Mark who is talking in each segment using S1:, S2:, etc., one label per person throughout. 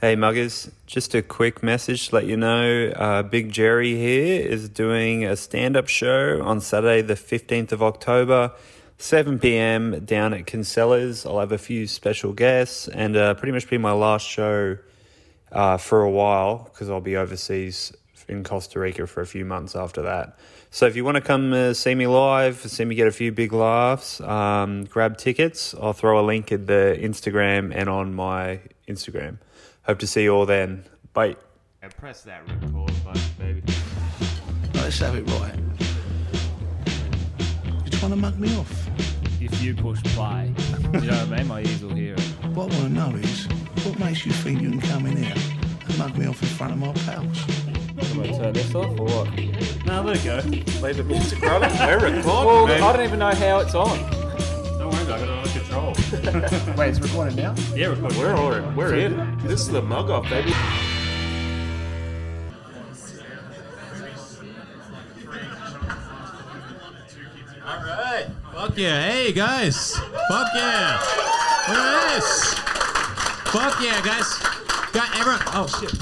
S1: Hey muggers, just a quick message to let you know uh, Big Jerry here is doing a stand up show on Saturday, the 15th of October, 7 pm down at Kinsella's. I'll have a few special guests and uh, pretty much be my last show uh, for a while because I'll be overseas in Costa Rica for a few months after that. So if you want to come uh, see me live, see me get a few big laughs, um, grab tickets. I'll throw a link in the Instagram and on my Instagram. Hope to see you all then. Bye.
S2: Yeah, press that record button, baby.
S3: Let's have it right. You're trying to mug me off.
S4: if you push play. you know what I mean? My ears will hear it.
S3: What I want to know is, what makes you think you can come in here and mug me off in front of my pals?
S4: Can I turn this off or what? No, let it go.
S5: Play the music rolling. We're recording.
S4: Well, I don't even know how it's on.
S2: Don't worry about it, I control.
S3: Wait, it's recorded now?
S2: Yeah, record.
S5: We're on. We're in. This is the mug off, baby.
S6: All right. Fuck yeah. Hey, guys. Fuck yeah. Look at this. Fuck yeah, guys. Got everyone. Oh, shit.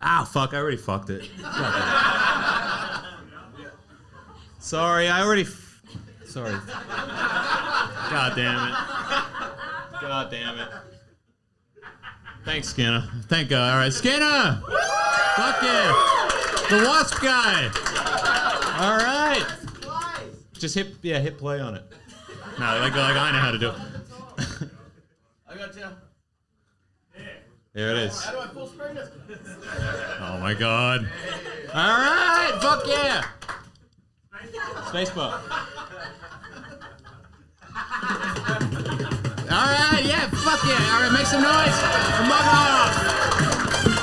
S6: Ah, fuck. I already fucked it. Sorry, I already. F- Sorry. God damn it. God damn it. Thanks, Skinner. Thank God. All right, Skinner. Fuck yeah. The wasp guy. All right. Just hit, yeah, hit play on it. No, like, like I know how to do it. I got you. There it is. Oh my god. All right. Fuck yeah. Spacebar. All right. Yeah. Fuck yeah. All right. Make some noise. Mug off.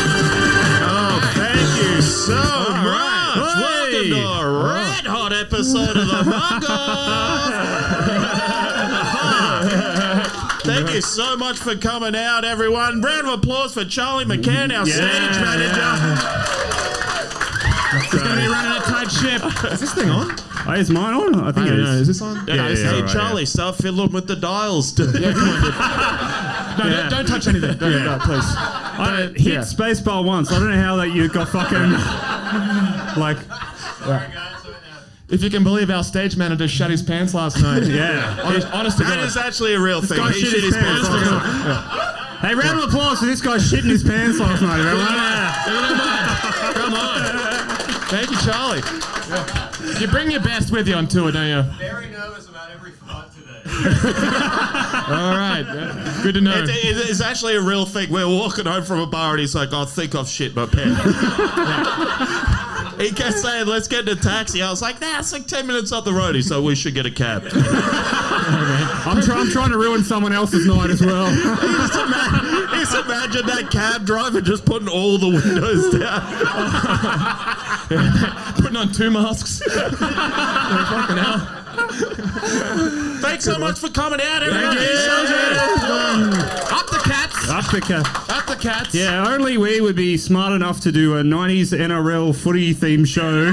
S6: Oh, thank you so much. Welcome to a red hot episode of the Mug Off. Thank you so much for coming out, everyone. Round of applause for Charlie McCann, our stage manager. He's going to be running a tight ship. Is this thing on?
S7: Oh, is mine on? I think it is.
S6: this on? Yeah,
S7: Yeah,
S6: it's-
S7: yeah,
S6: hey,
S7: alright,
S6: Charlie, start fiddling with the dials. dude. no, don't, don't touch anything. Don't,
S7: Yeah.
S6: no, please.
S7: I hit
S6: yeah.
S7: spacebar once. I don't know how that you got fucking like
S8: If you can believe our stage manager shut his pants last night.
S7: yeah.
S8: Honest, honest to
S6: That
S8: God.
S6: is actually a real thing.
S7: guy
S6: He
S7: shit
S6: shit
S7: his
S6: his
S7: pants
S6: pants.
S7: on. Hey, round of applause for this guy shitting his pants last night, everyone. Yeah.
S8: Come on. Thank you, Charlie. You bring your best with you on tour, don't you?
S6: Very nervous about every fight today.
S8: All right. Yeah. Good to know.
S6: It's, it's- it's actually a real thing. We're walking home from a bar and he's like, "I think I've shit my pants." he kept saying, "Let's get in a taxi." I was like, "Nah, it's like ten minutes up the road." He's like, "We should get a cab."
S7: I'm, try- I'm trying to ruin someone else's night as well.
S6: just, imagine, just imagine that cab driver just putting all the windows down.
S8: Putting on two masks.
S6: Thanks so much for coming out, everyone.
S7: you.
S6: Up the cats.
S7: Up the ca-
S6: Up the cats.
S7: Yeah, only we would be smart enough to do a 90s NRL footy theme show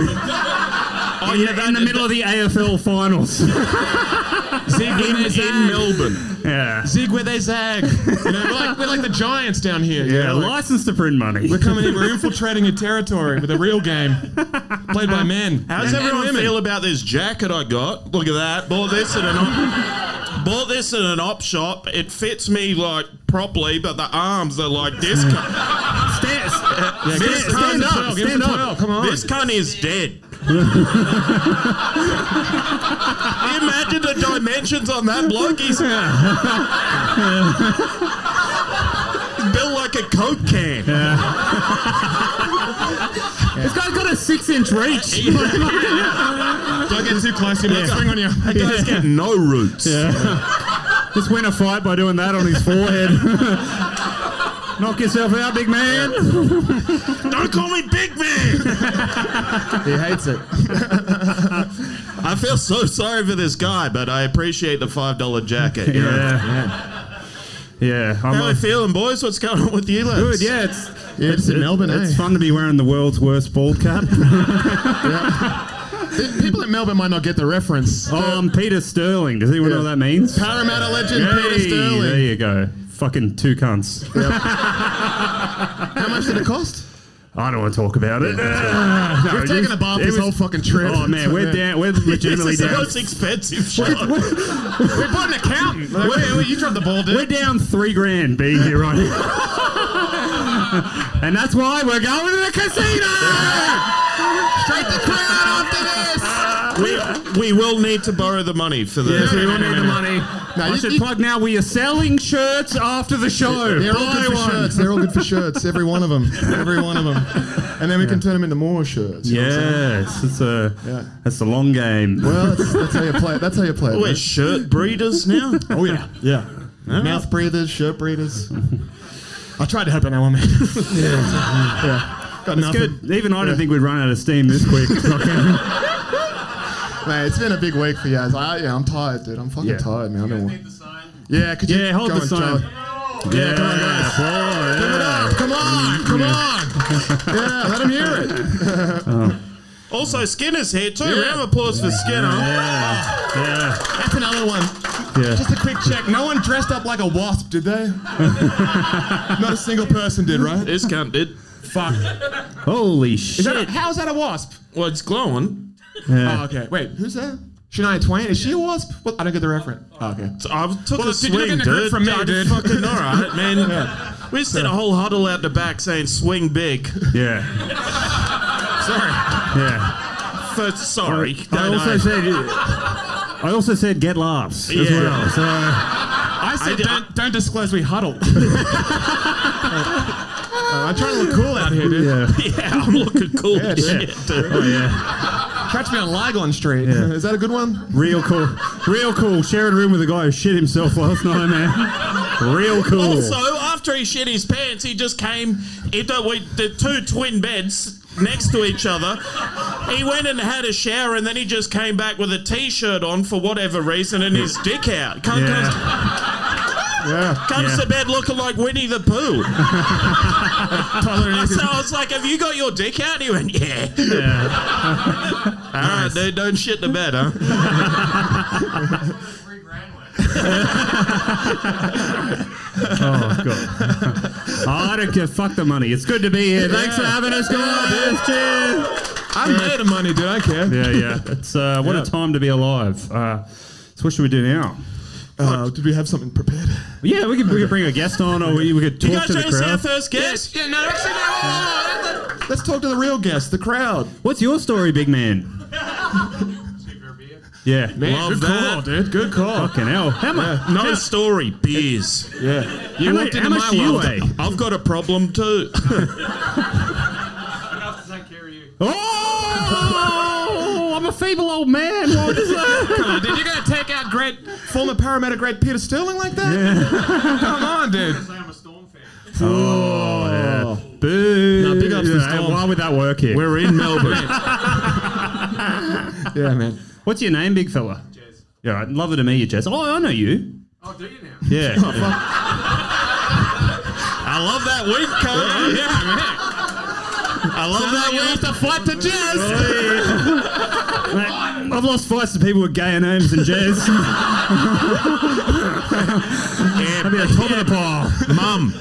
S6: Oh,
S7: in, the, in the middle of the AFL finals.
S8: Zig where they
S6: in, in
S8: zag.
S6: Melbourne.
S7: Yeah.
S8: Zig where they zag. You know, we're, like, we're like the Giants down here. you
S7: Yeah,
S8: know, like-
S7: license to print money.
S8: we're coming in. We're infiltrating your territory with a real game played by men.
S6: How does
S8: and
S6: everyone
S8: women.
S6: feel about this jacket I got? Look at that. Bought this at an op, bought this at an op shop. It fits me like properly, but the arms are like this. Cunt,
S7: Stand,
S6: this,
S7: stand
S6: cunt-
S7: up,
S8: Give us
S7: stand
S8: a
S7: up.
S8: 12, Come on.
S6: this cunt is dead. Imagine the dimensions on that bloke. He's built like a coke can.
S7: This guy's got a six inch reach.
S8: Don't get too close. You might swing on you.
S6: That guy's got no roots.
S7: Just win a fight by doing that on his forehead. Knock yourself out, big man.
S6: Don't call me big man.
S9: He hates it.
S6: I feel so sorry for this guy, but I appreciate the five dollar jacket. You know?
S7: Yeah. Yeah. I'm
S6: How are
S7: a-
S6: you feeling, boys? What's going on with you, lads?
S7: Good, yeah. It's,
S9: it's in Melbourne,
S7: It's
S9: eh?
S7: fun to be wearing the world's worst bald cap.
S9: People in Melbourne might not get the reference.
S7: oh, I'm Peter Sterling. Does anyone know what that means?
S9: Parramatta legend Peter
S7: Hey, There
S9: Sterling.
S7: you go. Fucking two cunts.
S9: How much did it cost?
S7: I don't want to talk about it. Ah, no,
S9: We've taken
S7: just-
S9: a bath
S7: it
S9: this
S7: was-
S9: whole fucking trip.
S7: Oh man, we're down. We're legitimately
S6: It's the
S7: down.
S6: most expensive shot.
S9: We bought an accountant. Like, wait, wait, you dropped the ball,
S7: We're
S9: dude.
S7: down three grand being here right now. and that's why we're going to the casino.
S9: Straight the crown after this.
S6: we, we will need to borrow the money for the.
S7: Yes, we will need the money.
S9: No,
S7: I
S9: you-
S7: should
S9: you-
S7: plug now. We are selling shirts after the show.
S9: They're all
S7: Buy
S9: good for
S7: one.
S9: shirts. They're all good for shirts. Every one of them. Every one of them. And then we can turn them into more shirts. you know what I'm
S7: Yes,
S9: saying?
S7: it's a
S9: Yeah.
S7: it's a long game.
S9: Well, that's, that's how you play. it. That's how you play. it,
S6: We're
S9: mate.
S6: shirt breeders now.
S9: Oh yeah.
S7: yeah.
S9: Mouth breathers, shirt breathers. I tried to help on that one, man. yeah. Got nothing.
S7: Good. Even I didn't think we'd run out of steam this quick. Fucking-
S9: Mate, it's been a big week for you guys. I, yeah, I'm tired, dude. I'm fucking
S7: Yeah.
S9: tired, man. I don't want... Yeah, could you
S7: yeah, hold
S9: go
S7: the
S9: on,
S7: sign.
S9: Charlie.
S7: Yeah, come on, guys.
S9: Give it up. Come on, come on. yeah, let him hear it.
S6: Also, Skinner's here too. Round of applause for Skinner.
S9: That's another one.
S7: Yeah.
S9: Just a quick check. No one dressed up like a wasp, did they? Not a single person did, right?
S6: This cunt did.
S9: Fuck.
S7: Holy shit.
S9: how's that a wasp?
S6: Well, it's glowing.
S9: Oh, okay. Wait, who's that? Shania Twain? Is she a wasp? What? I don't get the reference. Oh, okay.
S6: So I took
S9: Well,
S6: a
S9: did you look
S6: swing,
S9: in the group
S6: dude.
S9: from me,
S6: I did
S9: dude?
S6: fucking all right, man. We just did a whole huddle out the back saying "swing big."
S7: Yeah.
S6: Sorry,
S7: Yeah.
S6: for, sorry.
S7: I
S6: Don't know.
S7: also said I also said get laughs as
S6: Yeah.
S7: well. So
S9: I said
S6: I-
S9: don't, don't disclose we huddle. Uh, I'm trying Oh, to look cool out here, dude.
S7: yeah.
S6: yeah, I'm looking cool.
S9: Yeah,
S6: as shit, dude.
S7: Oh yeah.
S9: Catch me on Ligon Street. Is that a good one?
S7: Real cool. Real cool. Sharing a room with a guy who shit himself last night, man. Real cool.
S6: Also, after he shit his pants, he just came into we, the two twin beds next to each other. He went and had a shower, and then he just came back with a t-shirt on for whatever reason, and his dick out. Cunt comes,
S7: yeah.
S6: comes
S7: Yeah.
S6: to bed looking like Winnie the Pooh.
S9: Tyler and
S6: so I was like, "Have you got your dick out?" He went, "Yeah." All right, dude, don't shit the bed, huh?
S7: Oh god. Oh, I don't care. Fuck the money. It's good to be here. Thanks for having us, guys. Cheers.
S9: I made the money, dude. I don't care.
S7: Yeah, yeah. It's uh, what a time to be alive. Uh, so what should we do now?
S9: Uh, did we have something prepared?
S7: Yeah, we could we could bring a guest on, or we, we could
S6: You
S7: talk
S6: got
S7: to
S6: to
S7: the
S6: see our
S7: crowd.
S6: first guest.
S9: Yeah, no, actually, no. Let's talk to the real guests, the crowd.
S7: What's your story, big man? Yeah,
S6: Love
S9: good call,
S6: that.
S9: dude. Good call.
S7: fucking hell. How much?
S6: No story, beers.
S9: Yeah.
S7: how,
S9: You
S7: much,
S9: walked
S7: how
S9: into
S7: much
S9: my
S7: do you
S9: world.
S7: weigh?
S6: I've got a problem too.
S7: Oh, I'm a feeble old man. What is that?
S9: Come on, dude. You're gonna take out great former paramedic, great Peter Sterling like that? Come on, dude.
S10: I'm a Storm fan.
S7: Oh, yeah. Boo.
S9: Nah, big ups to
S7: Yeah,
S9: Storm.
S7: Why would that work here?
S6: We're in Melbourne.
S9: Yeah, man.
S7: What's your name, big fella?
S10: Jez.
S7: Yeah, right. Lovely to meet you, Jess. Oh, I know you.
S10: Oh, do you now?
S7: Yeah.
S6: I love that wink, Cody. Yeah, I love that wink.
S9: to fight to jazz.
S7: Oh, Mate, I've lost fights to people with gayer names than Jez. I'll be at top of the pile.
S6: Mum,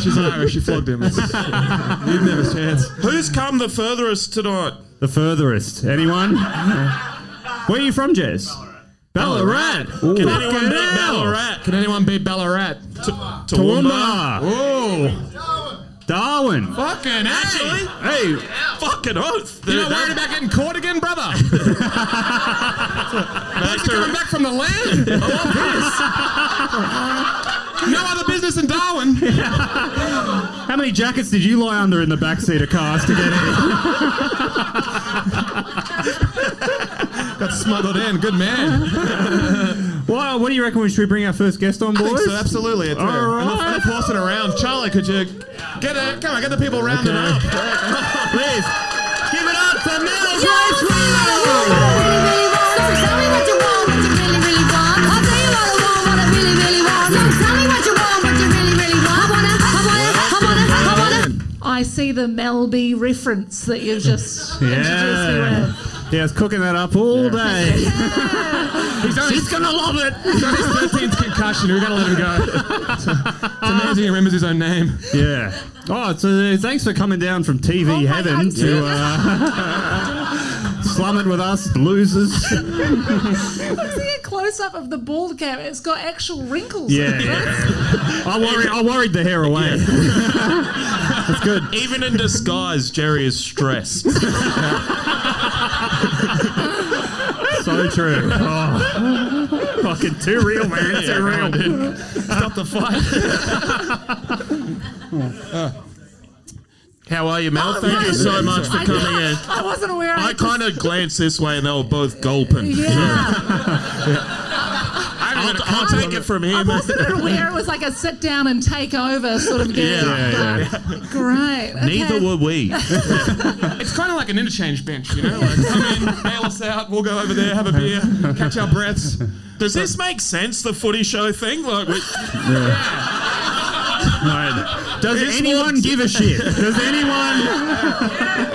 S9: She's Irish. She flogged him. It's- You'd never chance.
S6: who's come the furthest tonight?
S7: The furthest. Anyone? Where are you from, Jez? Ballarat. Ooh.
S6: Can anyone
S7: Fucking
S6: beat
S7: hell.
S6: Ballarat?
S9: Can anyone beat Ballarat?
S6: Toowoomba.
S7: Toowoomba.
S9: Oh,
S7: Darwin.
S9: fucking
S6: Actually,
S7: Hey,
S6: fucking oath.
S9: You're
S6: dude.
S9: not worried about getting caught again, brother? Thanks for coming back from the land. I love this. No other business in Darwin.
S7: how many jackets did you lie under in the backseat of cars to get in?
S9: Got smuggled in. Good man.
S7: Well, what do you reckon? We should bring our first guest on board?
S6: think so, absolutely.
S9: uh,
S6: It's
S7: All
S6: there.
S7: right.
S6: Enough, enough horsing around. Charlie, could you get a, come on, get the people rounded up?
S7: Please give it up for Mel Grace Riley.
S11: I see the Melby reference that you've just introduced me
S7: Yeah.
S11: with.
S7: Yeah, I was cooking that up all day.
S4: He's gonna love it. He's on his thirteenth concussion. We gotta let him go. It's amazing he remembers his own name.
S7: Yeah. Oh, so uh, thanks for coming down from TV
S11: Oh my
S7: heaven
S11: God.
S7: to uh, slum it with us losers.
S11: I'm seeing a close up of the bald cap. It's got actual wrinkles.
S7: Yeah. I worried. I worried the hair away.
S6: Even in disguise, Jerry is stressed.
S7: so true. Oh. Fucking too real, man. Too real.
S6: Stop the fight. How are you, Mel? Thank you so much for
S11: Oh, I-
S6: coming in.
S11: I wasn't aware.
S6: I kind of glanced this way and they were both gulping.
S11: Yeah,
S6: I'll, I'll take it from
S11: I
S6: him.
S11: wasn't aware it was like a sit down and take over sort of game.
S7: Yeah, yeah.
S11: Great.
S6: Neither
S11: okay.
S6: were we.
S4: It's kind of like an interchange bench, you know? Like, come in, bail us out. We'll go over there, have a beer, catch our breaths.
S6: Does this make sense, the footy show thing? Like, we,
S7: No. Does anyone give a shit? Does anyone?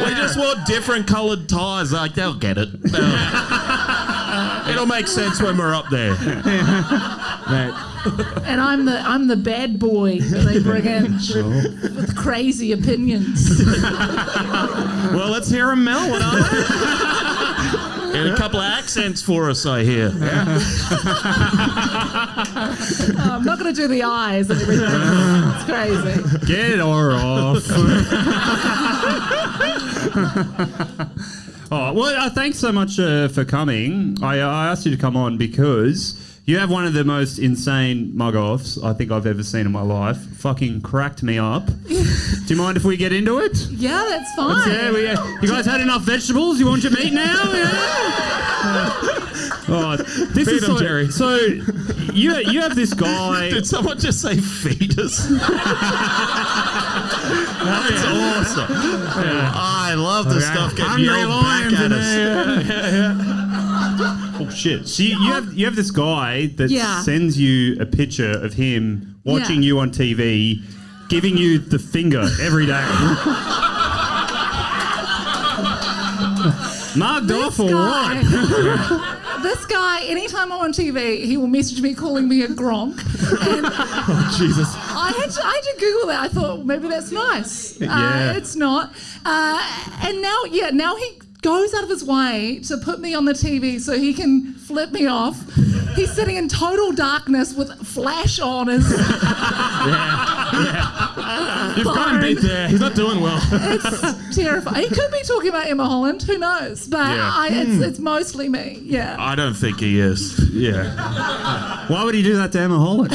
S6: we just wore different coloured ties. Like, they'll get it. They'll- it'll make sense when we're up there.
S11: And I'm the I'm the bad boy that they bring in with, with crazy opinions. Uh,
S6: Well, let's hear him, Mel. What are they? And a couple of accents for us, I hear.
S11: I'm not going to do the eyes and everything. It's crazy.
S7: Get her off. oh well, uh, thanks so much uh, for coming. I, uh, I asked you to come on because you have one of the most insane mug offs I think I've ever seen in my life. Fucking cracked me up. Do you mind if we get into it?
S11: Yeah, that's fine.
S7: Yeah, we, uh, you guys had enough vegetables? You want your meat now? Yeah. Oh, this is
S6: him,
S7: so,
S6: Jerry.
S7: so you you have this guy.
S6: Did someone just say fetus? That's awesome. I love the stuff getting
S7: Oh, Hungry
S6: yelled back
S7: lions
S6: at
S7: in
S6: us.
S7: there. Oh shit! So you, you have you have this guy that
S11: Yeah.
S7: sends you a picture of him watching
S11: Yeah.
S7: you on TV, giving you the finger every day. Marked off or what?
S11: this guy, anytime I'm on TV, he will message me calling me a gronk. And
S7: Jesus.
S11: I had, to, I had to Google that. I thought well, maybe that's nice. Uh,
S7: Yeah.
S11: It's not. Uh, and now, yeah, now he goes out of his way to put me on the TV so he can flip me off. He's sitting in total darkness with flash on his.
S4: You've got him beat there. He's not doing well.
S11: It's terrifying. He could be talking about Emma Holland. Who knows? But
S6: Yeah.
S11: I, it's, it's mostly me. Yeah.
S6: I don't think he is.
S7: Yeah. Why would he do that to Emma Holland?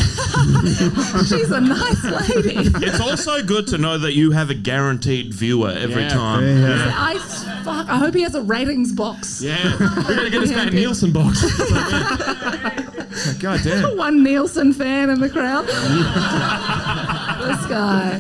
S11: She's a nice lady.
S6: It's also good to know that you have a guaranteed viewer every
S4: Yeah.
S6: time.
S11: I, fuck, I hope he has a ratings box.
S4: Yeah. We're going to get this guy a Nielsen box. God damn.
S11: One Nielsen fan in the crowd. this guy.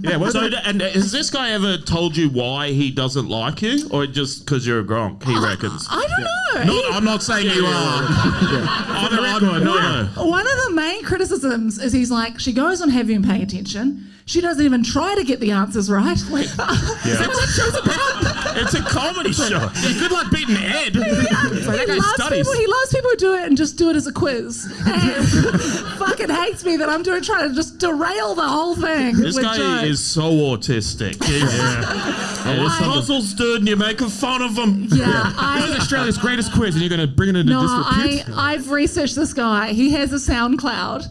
S6: Yeah. so, th- and uh, has this guy ever told you why he doesn't like you, or just because you're a gronk? He reckons.
S11: I don't know.
S6: No, I'm not saying you are. I'm, I'm, no, no.
S11: One of the main criticisms is he's like, she goes on Have You Been Paying Attention. She doesn't even try to get the answers right. Wait, yeah.
S6: That's what show's about. It's a comedy show. Yeah, good luck beating Ed. It's like that
S11: he,
S6: guy
S11: loves
S6: studies.
S11: people, he loves people who do it and just do it as a quiz. And fucking hates me that I'm doing trying to just derail the whole thing.
S6: This
S11: with
S6: guy
S11: jokes.
S6: is so autistic. His puzzles, dude, and you're making fun of him.
S11: Yeah, I,
S4: Australia's greatest quiz, and you're going to bring it into
S11: No, I,
S4: disrepute?
S11: I've researched this guy. He has a SoundCloud,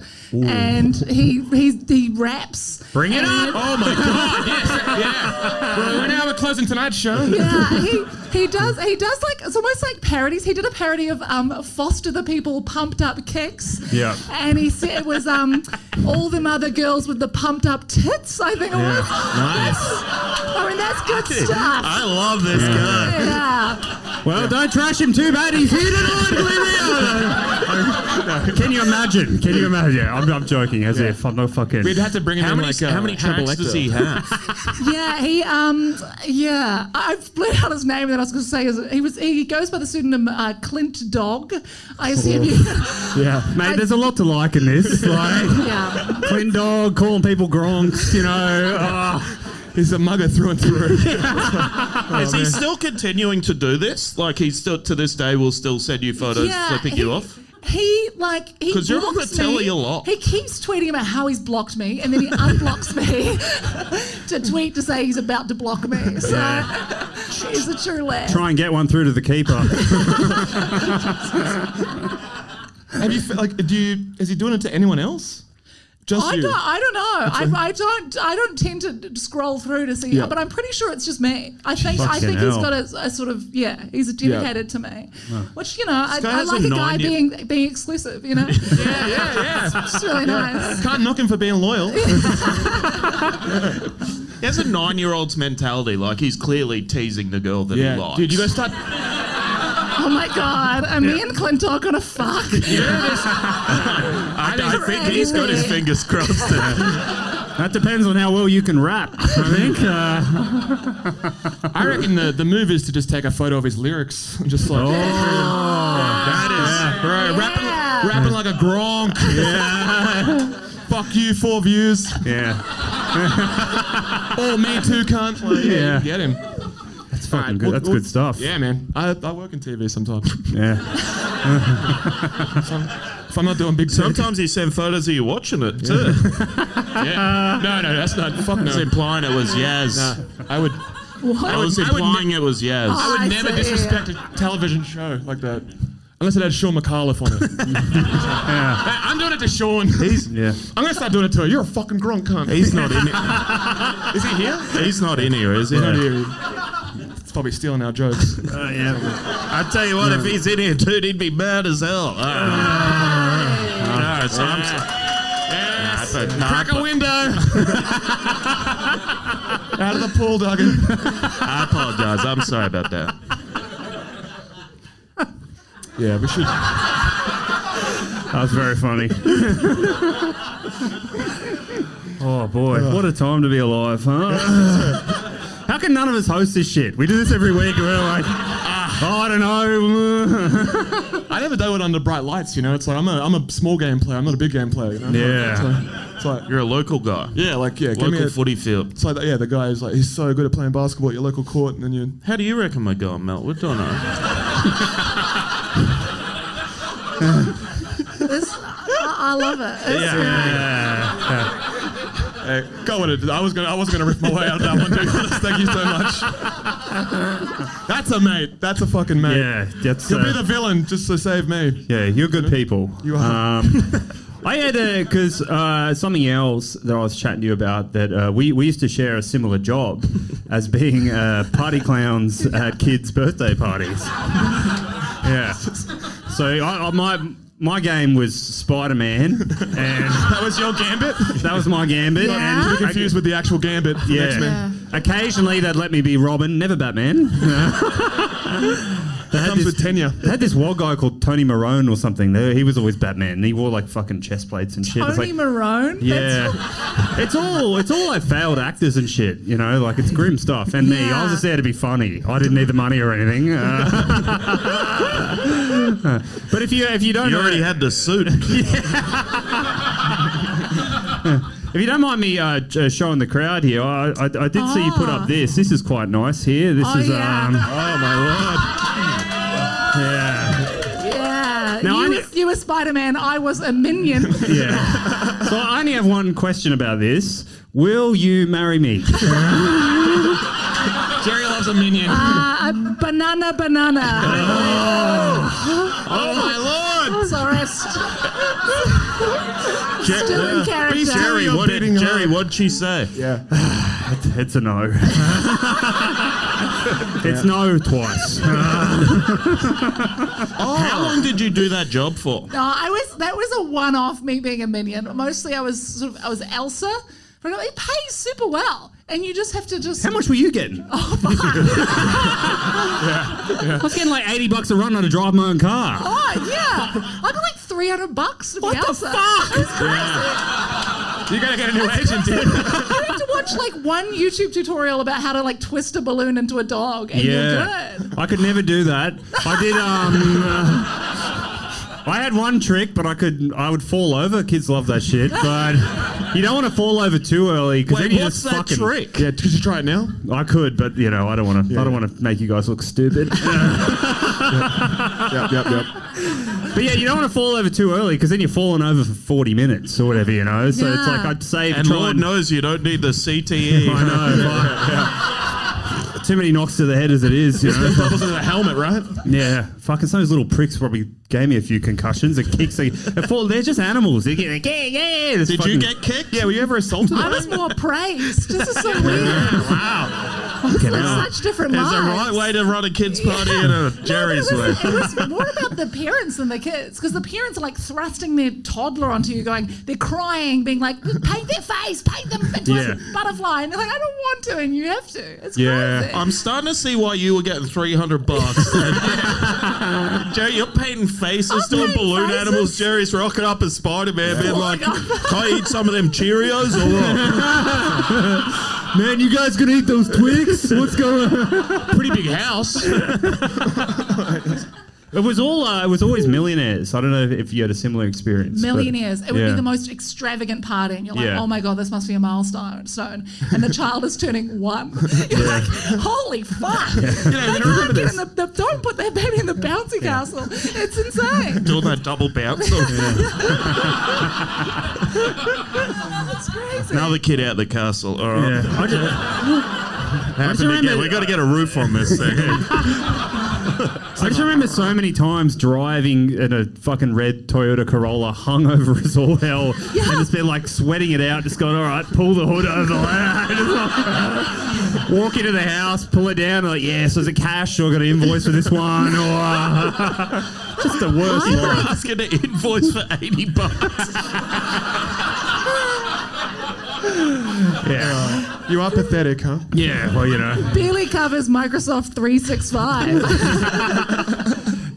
S11: and he he he raps.
S7: Bring it up!
S6: Oh my god.
S4: Yes, yeah. Well, we're now we're closing tonight's show.
S11: Yeah, he He does. He does like it's almost like parodies. He did a parody of um, Foster the People pumped up kicks.
S7: Yeah.
S11: And he said it was um, all them other girls with the pumped up tits. I think it was.
S12: Nice.
S11: I mean that's good stuff.
S12: I love this guy.
S11: Yeah.
S7: Well, don't trash him too bad. He's here tonight. believe me. Can you imagine? Can you imagine? Yeah, I'm, I'm joking. As if I'm not fucking.
S9: We'd have to bring him
S12: How
S9: in
S12: many,
S9: like
S12: how
S9: uh,
S12: many
S9: Hannibal
S12: tracks does
S9: Lecter.
S12: he have?
S11: Yeah. He um. Yeah. I- I've blurred out his name. That I was going to say is he was he goes by the pseudonym uh, Clint Dog. I assume you.
S7: yeah, mate. There's a lot to like in this. Like
S11: Yeah.
S7: clean dog, calling people gronks. You know. ah.
S9: He's a mugger through and through. Oh,
S5: Is he still continuing to do this? Like he's still to this day will still send you photos flipping
S11: he,
S5: you off?
S11: He like he
S5: 'Cause you're on
S11: blocks
S5: the telly
S11: me.
S5: a lot.
S11: He keeps tweeting about how he's blocked me, and then he unblocks me to tweet to say he's about to block me. So he's a true lad.
S7: Try and get one through to the keeper.
S9: Have you like? Do you? Is he doing it to anyone else? Just
S11: I
S9: you.
S11: don't, I don't know. I, I don't. I don't tend to d- scroll through to see.
S9: Yeah.
S11: But I'm pretty sure it's just me. I think. I
S7: Fucking
S11: think he's
S7: hell.
S11: got a, a sort of yeah. He's dedicated to me, which you know I,
S5: guy
S11: I
S5: has
S11: like
S5: a
S11: a guy
S5: nine-year-
S11: being being exclusive. You know,
S9: Yeah, yeah, yeah.
S11: it's really nice.
S9: Can't knock him for being loyal.
S5: He has a nine year old's mentality, like he's clearly teasing the girl that he likes.
S9: dude, you gotta start.
S11: Oh my god, are me and Clint are gonna fuck?
S5: I, I think
S11: crazy.
S5: he's got his fingers crossed.
S7: that depends on how well you can rap. I think. Uh,
S9: I reckon the, the move is to just take a photo of his lyrics and just like.
S7: Oh.
S9: that is. Bro, rapping,
S11: Yeah.
S9: rapping like a gronk. Fuck you, four views.
S7: yeah.
S9: Oh, me too, cunt. Like, yeah.
S7: Yeah.
S9: Get him.
S7: That's fucking
S9: Alright,
S7: good.
S9: we'll-
S7: That's
S9: we'll-
S7: good stuff.
S9: Yeah, man. I, I work in TV sometimes.
S7: Yeah.
S9: if I'm not doing big sometimes.
S5: Sometimes he sent photos of you watching it too.
S9: No, no, that's not. Fuck
S5: I was
S9: no.
S5: implying it was Yaz.
S9: I would.
S5: I was
S9: I would ne-
S5: implying it was Yaz.
S11: Oh,
S9: I would never
S11: see.
S9: disrespect a television show like that. Unless it had Sean McAuliffe on it. Hey, I'm doing it to Sean.
S7: Yeah.
S9: I'm gonna start doing it to her. You're a fucking gronk cunt.
S5: He's not in. Here.
S9: Is he here?
S5: He's not in here, is he?
S9: Not here. It's probably stealing our jokes.
S5: I tell you what, if he's in here, dude, he'd be mad as hell. Uh, no, so I'm. so-
S9: Yes.
S5: Nah, but- nah,
S9: Crack a
S5: but-
S9: window. Out of the pool, Duggan.
S5: I apologize. I'm sorry about that.
S9: Yeah, we should.
S7: That was very funny. oh boy, what a time to be alive, huh? How can none of us host this shit? We do this every week, and we're like, "Ah, I don't know.
S9: I never do it under bright lights. You know, it's like I'm a I'm a small game player. I'm not a big game player. You know?
S7: yeah,
S9: It's like
S5: You're a local guy.
S9: yeah, like yeah. Give me
S5: Local
S9: a,
S5: footy field.
S9: it's like yeah, the guy is like he's so good at playing basketball at your local court, and then you
S5: How do you reckon we're going, Mel? We don't know.
S11: This- I, I love it. It's
S9: Hey, go with it. I was gonna, I wasn't gonna rip my way out of that one. To be honest. Thank you so much. That's a mate. That's a fucking mate.
S7: yeah. That's,
S9: You'll be
S7: uh,
S9: the villain just to save me.
S7: Yeah, you're good people.
S9: You are.
S7: Um, I had because uh, something else that I was chatting to you about that uh, we, we used to share a similar job as being uh, party clowns at kids' birthday parties. yeah. So I, I, my my game was Spider Man, and
S9: That was your gambit.
S7: that was my gambit.
S11: Yeah.
S7: And
S9: You're confused with the actual gambit. From
S7: yeah.
S9: X-Men.
S7: Occasionally they'd let me be Robin, never Batman. they had
S9: Comes with
S7: this,
S9: tenure.
S7: they had this wild guy called Tony Marone or something. They- He was always Batman. and He wore like fucking chest plates and shit. It's
S11: Tony
S7: like-
S11: Marone. That's,
S7: yeah, it's all it's all like failed actors and shit. You know, like it's grim stuff. And me, I was
S11: Yeah.
S7: just there to be funny. I didn't need the money or anything. Uh, but if you if you don't
S5: You
S7: know-
S5: already had the suit.
S7: If you don't mind me uh, j- showing the crowd here, I, I, I did see you put up this. This is quite nice here. This
S11: Ah. Oh,
S7: is
S11: yeah.
S7: um, oh my lord,
S11: yeah.
S7: Now I
S11: you,
S7: knew-
S11: were, you were Spider Man. I was a minion.
S7: yeah, yeah. So I only have one question about this. Will you marry me?
S9: Jerry loves a minion.
S11: uh, a banana, banana.
S9: oh my lord!
S11: Sorry, I'm st- still
S7: uh,
S11: in character.
S5: Jerry, what did Jerry? What'd she say?
S7: It's a no. It's no twice.
S5: Oh. How long did you do that job for?
S11: No, Uh, I was that was a one-off me being a minion. Mostly, I was sort of I was Elsa. But it pays super well, and you just have to just.
S7: How much were you getting? Oh, I was getting like 80 bucks a run on to drive my own car.
S11: Oh yeah, I got like three hundred bucks to be
S7: What the
S11: Elsa.
S7: fuck?
S11: It's crazy.
S9: You gotta get a new agent, dude.
S11: You have to watch like one YouTube tutorial about how to like twist a balloon into a dog, and
S7: Yeah.
S11: you're good.
S7: I could never do that. I did, um. uh, I had one trick, but I could, I would fall over. Kids love that shit, but you don't want to fall over too early because
S5: Wait,
S7: then you
S5: what's
S7: just
S5: that
S7: fucking.
S5: trick?
S7: Yeah,
S9: Could you try it now?
S7: I could, but you know, I don't want to. I don't want to make you guys look stupid. Uh,
S9: Yep, yep, yep.
S7: But yeah, you don't want to fall over too early because then you're falling over for 40 minutes or whatever, you know. So it's
S11: Yeah.
S7: like I'd save
S5: And
S7: try
S5: Lord
S7: and-
S5: knows you don't need the E. CTE.
S7: I know. fuck. Too many knocks to the head as it is, you know.
S9: Bubbles into the helmet, right?
S7: yeah, fucking some of those little pricks probably gave me a few concussions and kicks. They, they fall, they're just animals. They get, they get- yeah, Did
S5: Did you get kicked?
S7: Yeah, were you ever assaulted?
S11: I was more praised. This is so weird.
S7: hell.
S11: Such different
S5: There's
S11: lives.
S5: a right way to run a kid's party and a Jerry's
S11: no, but
S5: way.
S11: it was, It was more about the parents than the kids because the parents are like thrusting their toddler onto you, going, they're crying, being like, paint their face, paint them into
S7: Yeah.
S11: a butterfly. And they're like, I don't want to, and you have to. It's
S7: Yeah.
S11: crazy.
S5: I'm starting to see why you were getting 300 bucks. Jerry, you're painting faces
S11: I'm
S5: doing
S11: painting
S5: balloon
S11: faces.
S5: animals. Jerry's rocking up as Spider Man, being
S11: Oh my
S5: like,
S11: God.
S5: can I eat some of them Cheerios or what?
S7: Man, you guys gonna eat those twigs? What's going on?
S9: Pretty big house.
S7: It was all. Uh, it was always millionaires. I don't know if you had a similar experience. but-
S11: Millionaires. It would
S7: Yeah.
S11: be the most extravagant party, and you're like,
S7: Yeah.
S11: "Oh my god, this must be a milestone!" Stone, and the child is turning one. You're like, "Holy fuck! They can't get in the, the, don't put their baby in the bouncy castle. It's insane.
S5: Doing that double bounce.
S11: It's crazy."
S5: Another kid out the castle. All right.
S7: Yeah. I just-
S5: Happened
S7: remember-
S5: again. we got to get a roof on this thing.
S7: I just remember so many times driving in a fucking red Toyota Corolla, hungover as all hell, and just been like sweating it out, just going, all right, pull the hood over. Just like- Walk into the house, pull it down, like, yeah, so is it cash or got an invoice for this one? Or just the worst one.
S5: Asking an invoice for 80 bucks.
S7: Yeah.
S9: You are pathetic, huh?
S7: yeah, well, you know,
S11: Barely covers Microsoft 365.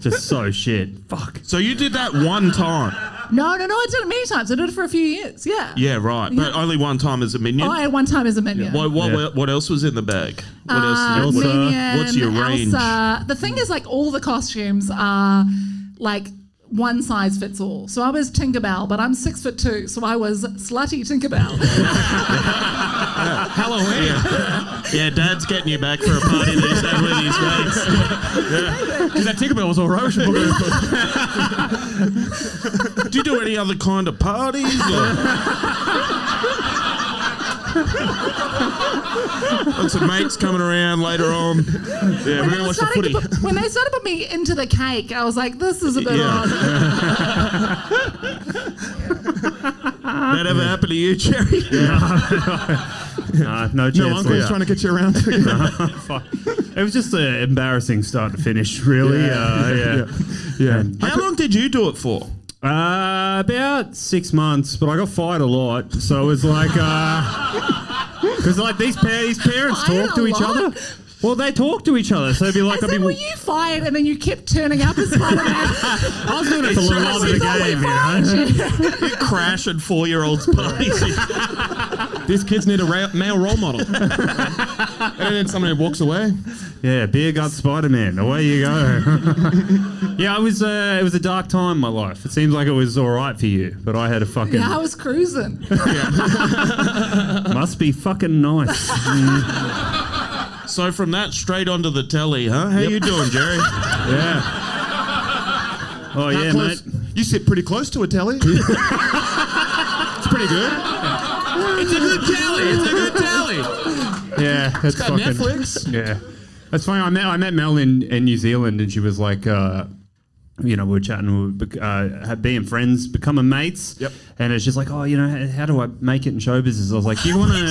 S7: just so shit. Fuck.
S5: So you did that one time.
S11: no, no, no, I did it many times. I did it for a few years. Yeah.
S5: Yeah, right. But only one time as a minion.
S11: Oh, I had one time as a minion.
S5: What what,
S7: Yeah.
S5: what else was in the bag? What
S11: Uh,
S5: else? what-
S11: Minion,
S5: what's your range?
S11: Elsa. The thing is, like, all the costumes are like one size fits all. So I was Tinkerbell, but I'm six foot two, so I was slutty Tinkerbell.
S5: Halloween. Yeah. Yeah, Dad's getting you back for a party that he's had with his mates.
S9: Because that Tinkerbell was all right. we should book it.
S5: Do you do any other kind of parties? Or? Got some mates coming around later on. Yeah, we're
S11: when, they
S5: gonna
S11: were
S5: watch the
S11: starting
S5: footy.
S11: to put, when they started to put me into the cake, I was like, this is a bit
S5: Yeah.
S11: odd.
S5: That ever happened to you, Jerry?
S7: Nah, no
S9: No
S7: chance.
S9: uncle's
S7: Yeah.
S9: trying to get you around.
S7: Fuck. It was just uh, embarrassing start to finish, really.
S9: Yeah.
S7: Uh, yeah.
S9: yeah.
S5: How long did you do it for?
S7: Uh, about six months, but I got fired a lot, so it was like, because like these pa- these parents
S11: Fired
S7: talk
S11: a
S7: to each
S11: lot?
S7: other. Well, they talk to each other, so it'd be like,
S11: I
S7: I'd
S11: said,
S7: be,
S11: were you fired? And then you kept turning up as Spider-Man.
S7: I was doing it for the love of the game, you know.
S5: You crash at four-year-olds' parties.
S9: These kids need a ra- male role model. and then someone who walks away.
S7: Yeah, beer gut Spider Man, away you go. yeah, I was. Uh, it was a dark time in my life. It seems like it was all right for you, but I had a fucking
S11: yeah, I was cruising.
S7: must be fucking nice.
S5: So from that straight onto the telly, huh? How you doing, Jerry?
S7: yeah. Oh yeah, mate.
S9: You sit pretty close to a telly. it's pretty good.
S5: it's a good telly. It's a good telly.
S7: Yeah, that's
S9: got
S7: fucking,
S9: Netflix.
S7: Yeah, that's funny. I met I met Mel in, in New Zealand, and she was like, uh, you know, we were chatting, we were, uh, had- being friends, becoming mates.
S9: Yep.
S7: And it's just like, oh, you know, how, how do I make it in show business? I was like, do you want to?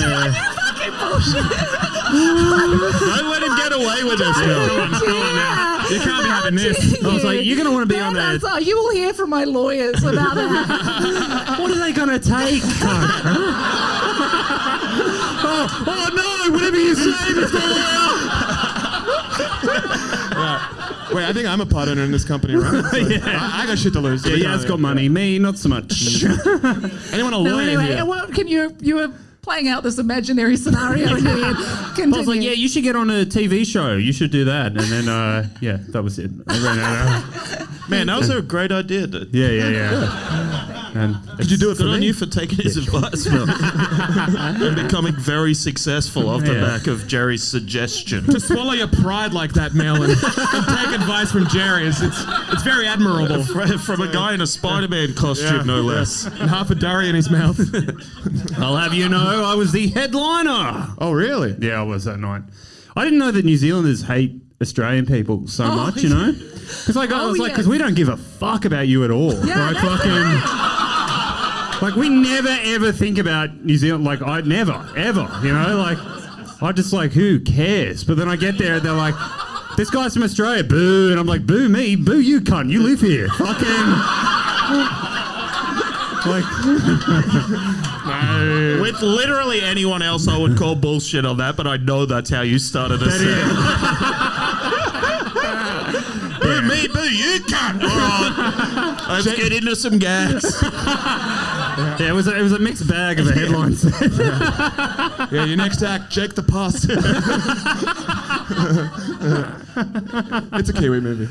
S11: fucking
S13: bullshit.
S6: Don't let him get away with this.
S13: Don't,
S6: Come on, come on now.
S13: yeah.
S6: You can't be
S13: How
S6: having this.
S13: dare
S7: I was like,
S13: you.
S7: you're gonna wanna be on
S13: That
S7: that.
S13: is- oh, You will hear from my lawyers about that.
S7: What are they gonna take? oh, oh no! Whatever you say, Mr. Lawyer.
S9: Wait, I think I'm a part owner in this company, right? So I, I got shit to lose.
S7: Yeah, yeah, it's got money. Me, not so much.
S9: Anyone a
S13: No,
S9: lawyer
S13: anyway,
S9: here?
S13: what can you you were playing out this imaginary scenario in your head.
S7: I was like, yeah,
S13: Continue.
S7: you should get on a TV show. You should do that. And then, uh, yeah, that was it. I ran out of-
S6: Man, that was a great idea, dude.
S7: yeah, yeah, yeah. And
S6: Did you do it
S7: for
S6: Good on
S7: me?
S6: you for taking his advice, Phil. and becoming very successful off the
S7: Yeah.
S6: back of Jerry's suggestion.
S9: To swallow your pride like that, Mel, and, and take advice from Jerry. It's, it's, it's very admirable.
S6: From from a guy in a Spider-Man costume,
S9: Yeah.
S6: no less.
S9: And half a durry in his mouth.
S7: I'll have you know, I was the headliner.
S9: oh, really?
S7: Yeah, I was that night. I didn't know that New Zealanders hate Australian people so much, you know? Because like, Oh, I
S13: Oh,
S7: was like,
S13: yeah.
S7: because we don't give a fuck about you at all.
S13: Yeah,
S7: like,
S13: that's
S7: like, we never ever think about New Zealand. Like, I never, ever, you know? Like, I just like, who cares? But then I get there and they're like, this guy's from Australia, boo. And I'm like, boo me, boo you, cunt. You live here. Fucking. like,
S6: With literally anyone else, I would call bullshit on that, but I know that's how you started this. Boo me, boo you, cunt. All right, let's get into some gas.
S7: yeah, it was, a, it was a mixed bag of a headline set.
S9: Yeah, your next act, check the pus. it's a Kiwi movie.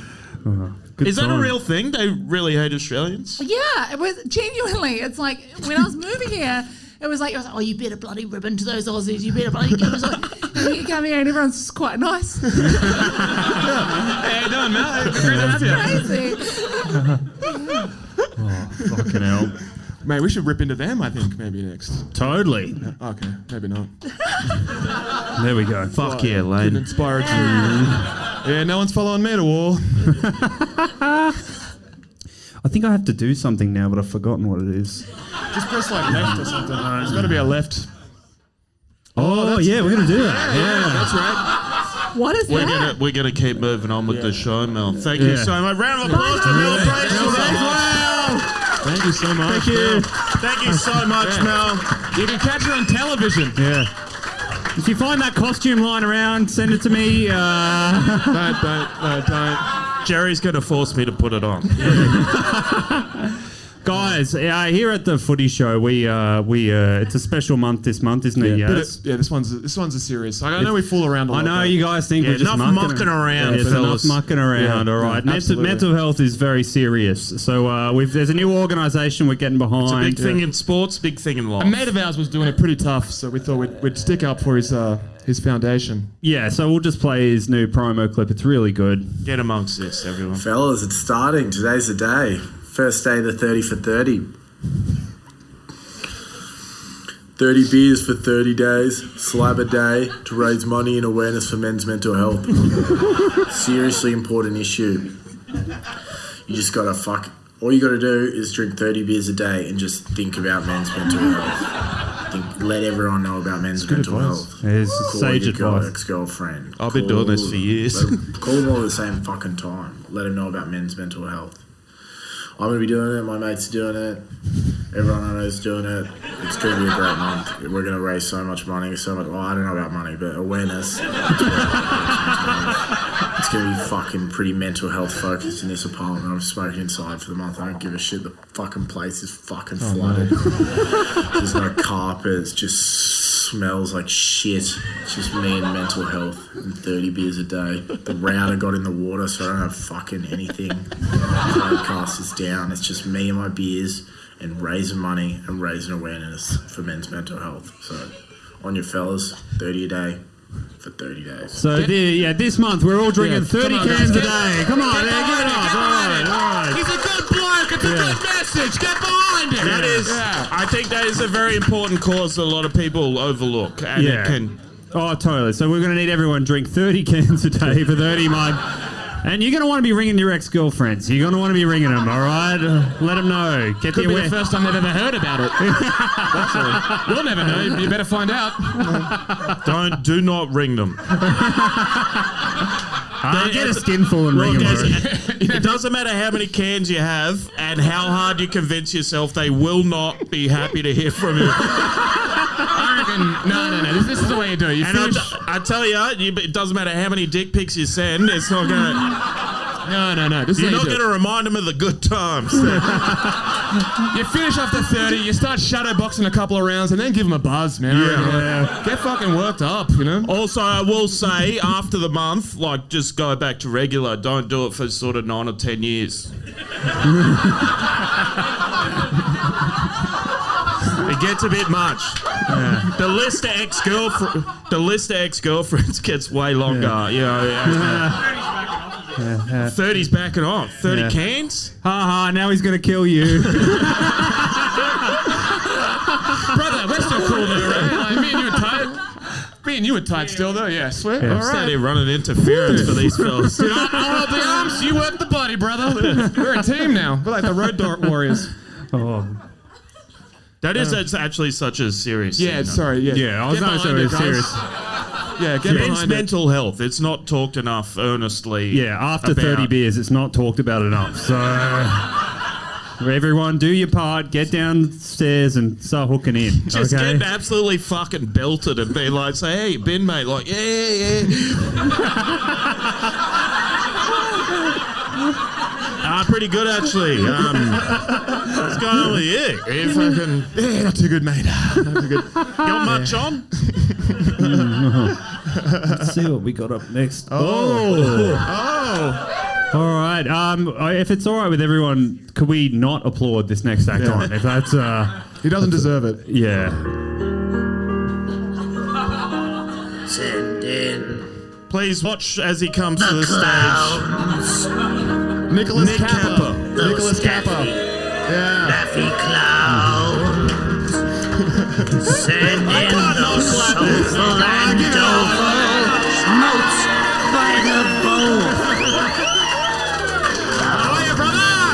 S7: Good
S6: Is that a
S7: time.
S6: real thing? They really hate Australians.
S13: Yeah, it was genuinely. It's like when I was moving here, it was like, it was like, oh, you better bloody ribbon to those Aussies. You better bloody give us. a-" And you come here and everyone's just quite nice.
S9: Hey, how you doing, Mel? Great to have you.
S13: Crazy.
S7: Fucking hell.
S9: Mate, we should rip into them, I think, maybe next.
S7: Totally.
S9: Okay, maybe not.
S7: There we go. Fuck yeah,
S9: Couldn't
S7: Lane.
S9: inspire it to. Yeah, no one's following me to war.
S7: I think I have to do something now, but I've forgotten what it is.
S9: Just press like left or something. There's got to be a left.
S7: Oh, yeah, we're going to do that. Yeah.
S9: That's right.
S13: What is
S6: We're
S13: that?
S6: gonna we're gonna keep moving on with the show, Mel. Thank you
S7: Yeah.
S6: so much. Round of applause to Mel Brady.
S9: Thank you so much.
S7: Thank you.
S6: Thank you so much, Mel.
S9: You can catch it on television.
S7: Yeah. If you find that costume lying around, send it to me. Uh,
S9: Don't, don't, no, don't.
S6: Jerry's gonna force me to put it on.
S7: guys, uh, here at the Footy Show, we uh, we uh, it's a special month this month, isn't it?
S9: But
S7: Yes.
S9: it- yeah, this one's this one's a serious. I know we fool around a
S7: I
S9: lot.
S7: know
S9: but-
S7: you guys think
S6: Yeah,
S7: we're just
S6: enough mucking around,
S7: Yeah, it's
S6: fellas.
S7: enough mucking around.
S9: Yeah,
S7: all
S9: yeah,
S7: right, mental,
S9: absolutely.
S7: mental health is very serious. So uh, we've, there's a new organisation we're getting behind.
S6: It's a big thing in sports, big thing in life.
S9: A mate of ours was doing it pretty tough, so we thought we'd, we'd stick up for his uh, his foundation.
S7: Yeah, so we'll just play his new promo clip. It's really good.
S6: Get amongst this, everyone.
S11: Fellas, it's starting. Today's the day. First day of the 30 for 30. 30 beers for 30 days, slab a day to raise money and awareness for men's mental health. Seriously important issue. You just gotta fuck. All you gotta do is drink 30 beers a day and just think about men's mental health. Think, let everyone know about men's mental health.
S7: It's
S11: Call
S7: sage
S11: your girl,
S7: advice.
S11: ex-girlfriend.
S6: I've been doing this for years.
S11: Let 'em- call them all at the same fucking time. Let them know about men's mental health. I'm gonna be doing it. My mates are doing it. Everyone I know is doing it. It's gonna be a great month. We're gonna raise so much money. So much. Well, I don't know about money, but awareness. It's gonna be fucking pretty mental health focused in this apartment. I'm smoking inside for the month. I don't give a shit. The fucking place is fucking
S7: Oh,
S11: flooded. There's no carpets. Just smells like shit. It's just me and mental health and 30 beers a day. The router got in the water, so I don't have fucking anything. Podcast is down. It's just me and my beers and raising money and raising awareness for men's mental health. So, on your fellas, 30 a day for 30 days.
S7: So the, yeah, this month we're all drinking
S9: Yeah,
S7: 30
S9: come on,
S7: cans a
S9: guys.
S7: day. Come on, yeah, give it up. All right, all right.
S6: He's a good bloke. It's a good message. Get behind it. That is. I think that is a very important cause that a lot of people overlook, and
S7: Yeah.
S6: it can.
S7: Oh, totally. So we're going to need everyone drink 30 cans a day for 30 months. And you're going to want to be ringing your ex girlfriends. You're going to want to be ringing them, all right? Uh, Let them know. Get
S9: Could
S7: the
S9: be the
S7: aware-
S9: first time they've ever heard about it. That's all. We'll never know. You better find out.
S5: Don't do not ring them.
S7: Ah, get a skinful and ring
S5: Look,
S7: them. all
S5: as-
S7: right?
S5: it doesn't matter how many cans you have and how hard you convince yourself, they will not be happy to hear from you.
S9: I reckon. No, no, no. This, this is the way you do it. You
S5: And I,
S9: finish.
S5: t- I tell you, you, it doesn't matter how many dick pics you send, it's not going. to...
S9: No, no, no. This is
S5: You're
S9: how
S5: not
S9: you do
S5: going to remind them of the good times.
S9: it. You finish after 30. You start shadow boxing a couple of rounds, and then give them a buzz, man. I reckon, like, Get fucking worked up, you know.
S5: Also, I will say, after the month, like, just go back to regular. Don't do it for sort of nine or ten years. it gets a bit much. The list of ex girlfriend, the list of ex girlfriends gets way longer. Yeah. You know, Thirties backing off. Thirty
S7: Yeah.
S5: cans.
S7: Ha ha, now he's going to kill you.
S9: Brother, we're still cool though, right? Like, me and you were tight. Me and you were tight still though. Yeah, swear. All
S5: Start
S9: right.
S5: here running interference for these fellas.
S9: I hold the arms. You work the body, brother. We're a team now. We're like the road Dog warriors.
S7: oh.
S5: That is that's actually such a serious.
S9: Yeah,
S5: thing,
S9: sorry. Yeah.
S7: Yeah, I was
S5: Get
S7: not sure
S5: behind
S7: it was
S5: it, guys.
S7: serious.
S9: Yeah, get
S5: Men's
S9: behind it.
S5: mental health. It's not talked enough earnestly.
S7: Yeah, after
S5: about-
S7: 30 beers, it's not talked about enough. So, everyone, do your part. Get downstairs and start hooking in.
S5: Just
S7: okay?
S5: get absolutely fucking belted and be like, say, hey, Ben, mate, like, yeah, yeah, yeah. Ah, pretty good actually. Um, what's going on with you? Are you fucking
S9: Yeah, not too good, mate.
S5: Ah, got much
S9: Oh,
S5: on?
S7: Let's see what we got up next. Oh. All right. Um, I- if it's all right with everyone, could we not applaud this next act on? If that's uh,
S9: He doesn't deserve it.
S7: yeah.
S14: Send in
S5: Please watch as he comes to the stage.
S14: clowns.
S9: Nicholas
S5: Nick Kappa.
S14: Those
S9: Nicholas Kappa.
S14: daffy,
S9: Yeah.
S14: daffy clowns. Send in those soulful and doleful notes by the bowl.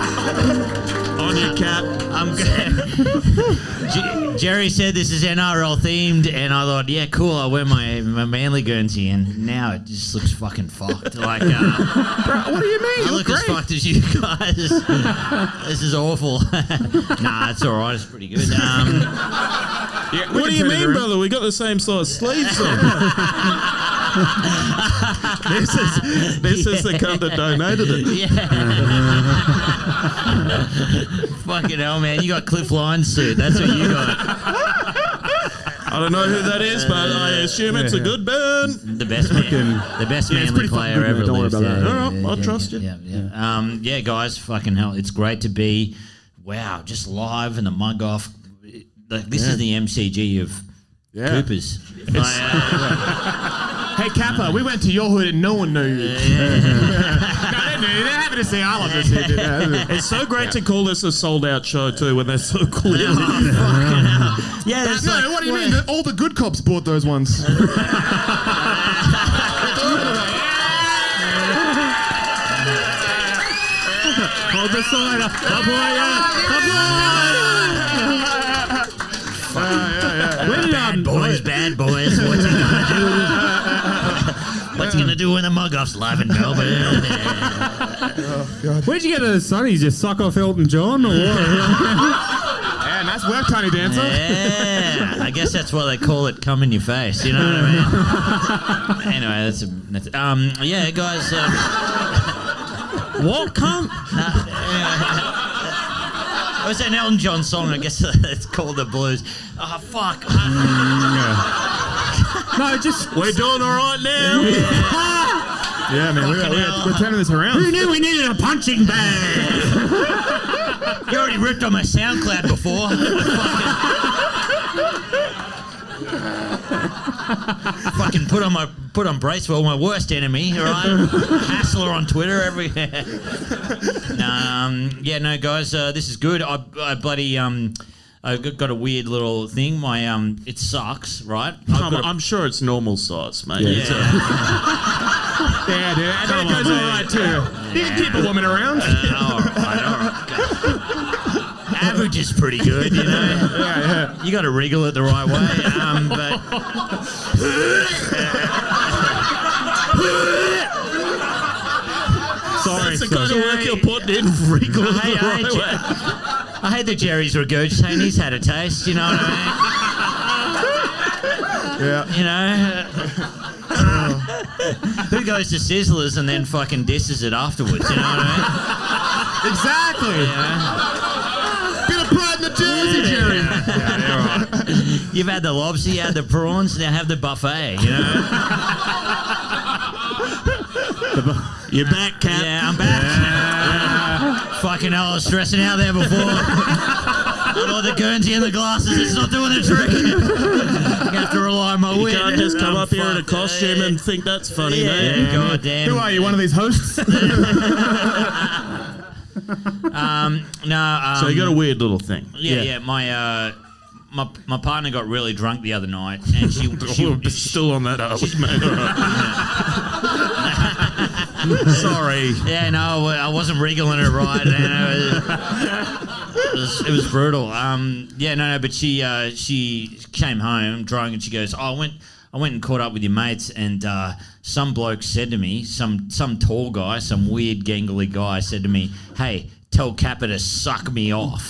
S5: On your cap.
S6: I'm good. J- Jerry said this is NRL themed, and I thought, yeah, cool. I wear my my manly guernsey, and now it just looks fucking fucked. Like, uh,
S9: What do you mean?
S6: I
S9: You
S6: look
S9: look
S6: as
S9: great.
S6: fucked as you guys. this is awful. nah, it's all right. It's pretty good. Um,
S5: What do you mean, brother? We got the same size sleeves on. this is this is the cunt that donated it.
S6: yeah. fucking hell, man! You got Cliff Lyons suit. That's what you got.
S5: I don't know who that is, but I assume it's a good burn.
S6: The best man, the best manly player ever
S7: Don't worry
S6: lived.
S7: about that.
S5: All right, I'll trust you.
S6: yeah, yeah. Um, yeah, guys, fucking hell, it's great to be. Wow, just live and the mug off. Like this is the MCG of Coopers.
S9: Hey, Kappa, we went to your hood and no one knew you. no, they knew. They're happy to see all of us here today.
S5: It's so great to call this a sold out show too when they're so clear.
S6: yeah, that's
S9: No,
S6: like-
S9: what do you mean? All the good cops bought those ones.
S7: Hold the sign up. When did, um,
S6: Bad boys, bad boys. What's he gonna do? What's he gonna do when the mug off's live in Melbourne?
S7: where'd you get to the Sunnies? You suck off Elton John or what?
S9: Yeah, nice work, Tiny Dancer.
S6: yeah, I guess that's why they call it "come in your face." You know what I mean? anyway, that's a that's, um yeah, guys. Um,
S5: what cunt?
S6: uh, It was an Elton John song. I guess it's called the blues. Oh fuck! I,
S7: no, just
S5: We're doing all right now.
S9: Yeah, man, we're, we're, we're turning this around.
S7: who knew we needed a punching bag?
S6: you already ripped on my SoundCloud before. fucking, fucking put on my put on Bracewell, my worst enemy. All right, Hassler on Twitter every. um, yeah, no, guys, uh, this is good. I, I bloody um, I've got- got a weird little thing. My um, it sucks, right? I've
S5: I'm,
S6: got a-
S5: I'm sure it's normal size, mate.
S6: Yeah.
S9: Yeah, dude. And that
S12: Come on,
S9: goes all
S12: mate.
S9: right, too. You can keep a woman around.
S6: all right, all right. Average is pretty good, you know. You got to wriggle it the right way. Um, but
S12: Sorry, That's the kind of work you're putting in. Wriggle it the right way.
S6: I hate that Jerry's regurgitating. He's had a taste. You know what I mean?
S7: Yeah.
S6: You know? Who goes to Sizzlers and then fucking disses it afterwards? You know what I mean? Exactly. Bit of pride in the jersey, Jerry. You've had the lobster, you had the prawns, now have the buffet, you know? You're back, Cap. Yeah, I'm back. Yeah. Fucking hell, I was stressing out there before. With all the Guernsey and the glasses, it's not doing the trick. I have to rely on my
S12: You
S6: wit.
S12: can't just come
S6: I'm
S12: up here in a
S6: fucked.
S12: costume and think that's funny,
S6: Yeah,
S12: mate.
S6: God damn.
S7: Who are you? One of these hosts?
S6: Um, no. Um,
S12: so you got a weird little thing.
S6: Yeah, yeah. my uh, my my partner got really drunk the other night, and she, she
S12: still on that arse, mate.
S6: sorry. Yeah, no, I wasn't wriggling it right. you know. it, was, it was brutal. Um, yeah, no, no, but she uh, she came home drunk, and she goes, oh, "I went." I went and caught up with your mates, and uh, some bloke said to me, some some tall guy, some weird gangly guy, said to me, "Hey, tell Kappa to suck me off."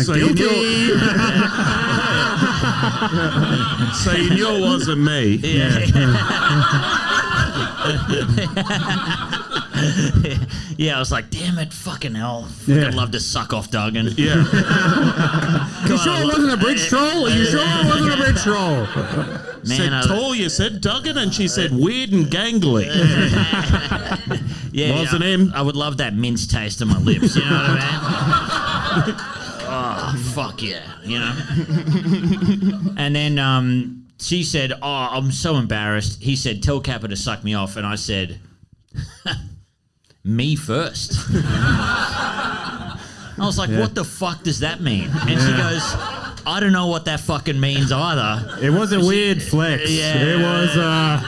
S12: so, you knew, so you knew it wasn't me.
S6: yeah, I was like, damn it, fucking hell.
S12: Yeah.
S6: I'd love to suck off Duggan.
S12: Yeah.
S6: you sure it wasn't a bridge troll? Are you sure it wasn't a bridge
S12: troll? said
S6: Man, I-
S12: tall, you said Duggan, and she said weird and gangly.
S6: Yeah,
S12: Wasn't
S6: yeah,
S12: him.
S6: I would love that mince taste on my lips, you know what I mean? oh, fuck yeah, you know? and then um, she said, oh, I'm so embarrassed. He said, tell Kappa to suck me off. And I said, me first. I was like, what the fuck does that mean? And she goes, I don't know what that fucking means either.
S7: It was a weird flex.
S6: Yeah.
S7: It was. Uh,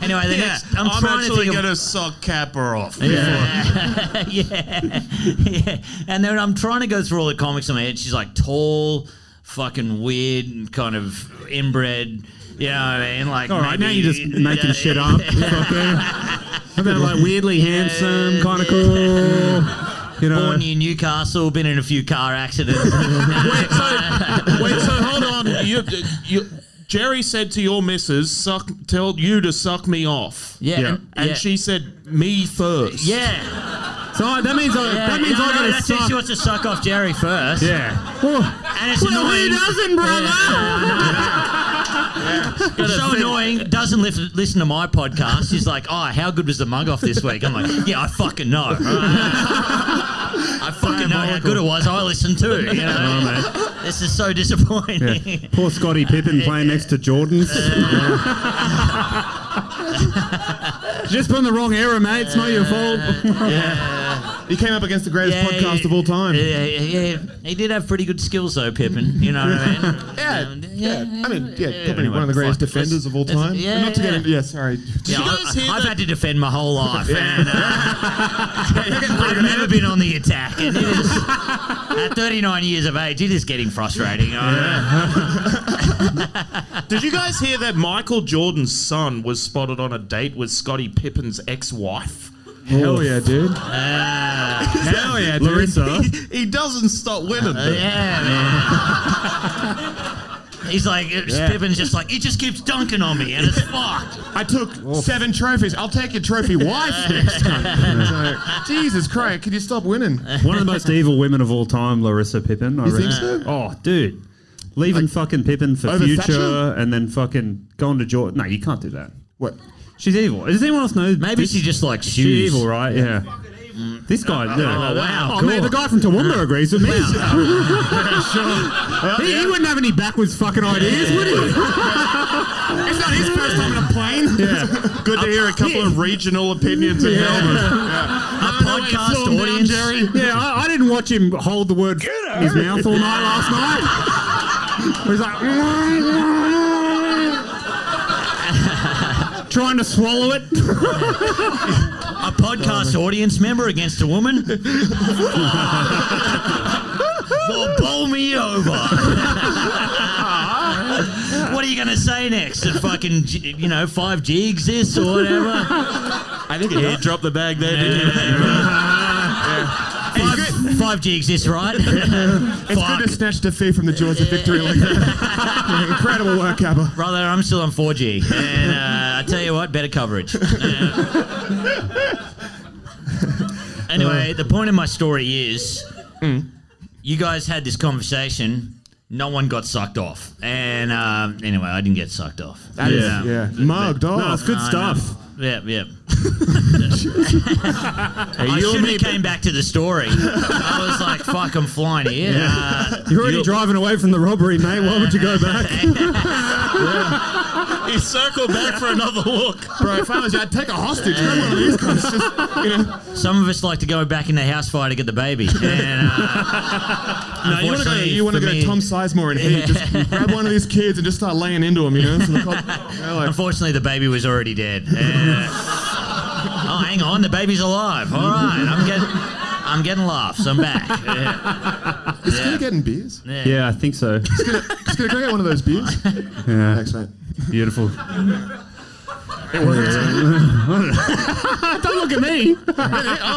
S6: Anyway, the
S12: Yeah,
S6: next, I'm,
S12: I'm,
S6: trying to
S12: actually
S6: think of-
S12: going to suck Kappa off.
S6: yeah. yeah. yeah. And then I'm trying to go through all the comics in my head. She's like tall, fucking weird, and kind of inbred. You know what I mean? Like,
S7: all right, now
S6: maybe-
S7: you're just making
S6: yeah.
S7: shit up. Fucker. About like weirdly handsome, kind of cool. You know.
S6: Born near Newcastle, been in a few car accidents.
S12: Wait, so, wait, so hold on. You, you, Jerry said to your missus, suck, tell you to suck me off.
S6: Yeah,
S12: And,
S6: and- yeah.
S12: she said, me first.
S6: yeah.
S7: So I- that means I.
S6: yeah.
S7: that means
S6: no,
S7: I
S6: no,
S7: gotta
S6: that's it.
S7: suck.
S6: She wants to suck off Jerry first.
S7: Yeah. Well,
S6: And it's
S7: well,
S6: annoying.
S7: he doesn't, brother.
S6: It's so annoying. Doesn't lif listen to my podcast. She's like, "Oh, how good was the mug off this week?" I'm like, "Yeah, I fucking know. I fucking know how good it was. I listened too. You
S9: Oh,
S6: know? This is so disappointing."
S7: Poor Scotty Pippen playing next to Jordan's. Just put in the wrong era, mate. It's not your fault.
S9: He came up against the greatest
S6: Yeah,
S9: podcast of all time.
S6: Yeah, yeah, yeah, he did have pretty good skills though, Pippin. You know what I mean?
S9: Yeah,
S6: Um,
S9: yeah. I mean, yeah,
S6: yeah,
S9: probably one of the
S6: anyway,
S9: greatest
S6: fuck.
S9: defenders of all
S6: Let's-
S9: time.
S6: yeah,
S9: Not to get
S6: yeah.
S9: into, yeah, sorry.
S6: Yeah,
S12: you guys
S6: I,
S12: hear
S6: have
S12: that-
S6: had to defend my whole life, and uh, I've never been on the attack. And it is, at 39 years of age, it is getting frustrating. I-
S12: Did you guys hear that Michael Jordan's son was spotted on a date with Scottie Pippen's ex-wife?
S9: Hell yeah, dude.
S6: Ah.
S7: Hell yeah, Larissa.
S12: He doesn't stop winning.
S6: Uh, yeah, man. He's like, Pippin's just like, he just keeps dunking on me, and it's fucked.
S9: I took seven trophies. I'll take your trophy wife next time. It's like, Jesus Christ, could you stop winning?
S7: One of the most evil women of all time, Larissa Pippen. I
S9: You think
S7: reckon.
S9: so?
S7: Oh, dude. Leaving fucking Pippen for
S9: Over
S7: future
S9: Thatcher?
S7: and then fucking going to Jordan. No, you can't do that.
S9: What?
S7: She's evil. Does anyone else know?
S6: Maybe
S7: this-
S6: she just likes
S7: she's
S6: shoes.
S7: evil, right? Yeah. This guy. no.
S6: oh, wow,
S7: Oh, man,
S6: cool.
S7: the guy from Toowoomba agrees with me. he, he wouldn't have any backwards fucking ideas, would he? it's not his first time in a plane. Yeah.
S12: Good to hear a couple of regional opinions in Melbourne.
S6: A podcast audience.
S7: Yeah, I, I didn't watch him hold the word in his mouth all night last night. He's like, trying to swallow it.
S6: a podcast audience member against a woman? well, bowl me over. what are you going to say next? That fucking, G- you know, 5G exists or whatever? I think
S12: you dropped
S6: the bag there, didn't you? Five, 5G exists, right?
S9: It's good to snatch defeat from the jaws of victory like that. Incredible work, Cabba.
S6: Brother, I'm still on 4G. And uh, I tell you what, better coverage. Uh, anyway, the point of my story is
S9: Mm.
S6: you guys had this conversation. No one got sucked off. And um, anyway, I didn't get sucked off.
S9: That is- yeah. Mugged
S6: No,
S9: off.
S6: it's
S9: I know.
S6: Yeah, yeah. I
S9: you and
S6: should
S9: me
S6: have came back to the story. I was like, fuck, I'm flying here. Uh,
S7: You're already driving away from the robbery, mate. Why would you go back?
S12: He circled back for another look.
S9: Bro, if I was you, I'd take a hostage. Grab one of these guys. Just, you know.
S6: Some of us like to go back in the house fire to get the baby. And, uh,
S9: No, you want to go,
S6: unfortunately
S9: you wanna
S6: for
S9: go
S6: me-
S9: Tom Sizemore and heat. Just grab one of these kids and just start laying into them, you know? So the cop- they're like,
S6: Unfortunately, the baby was already dead. Uh, oh, hang on, the baby's alive. All right, I'm getting, I'm getting laughs. I'm back. Yeah.
S9: is Skinner getting beers?
S6: Yeah.
S7: Yeah, I think so.
S9: Skinner, can I get one of those beers?
S7: Yeah.
S9: Thanks, mate.
S7: Beautiful.
S9: It worked.
S7: Don't look at me.
S9: oh,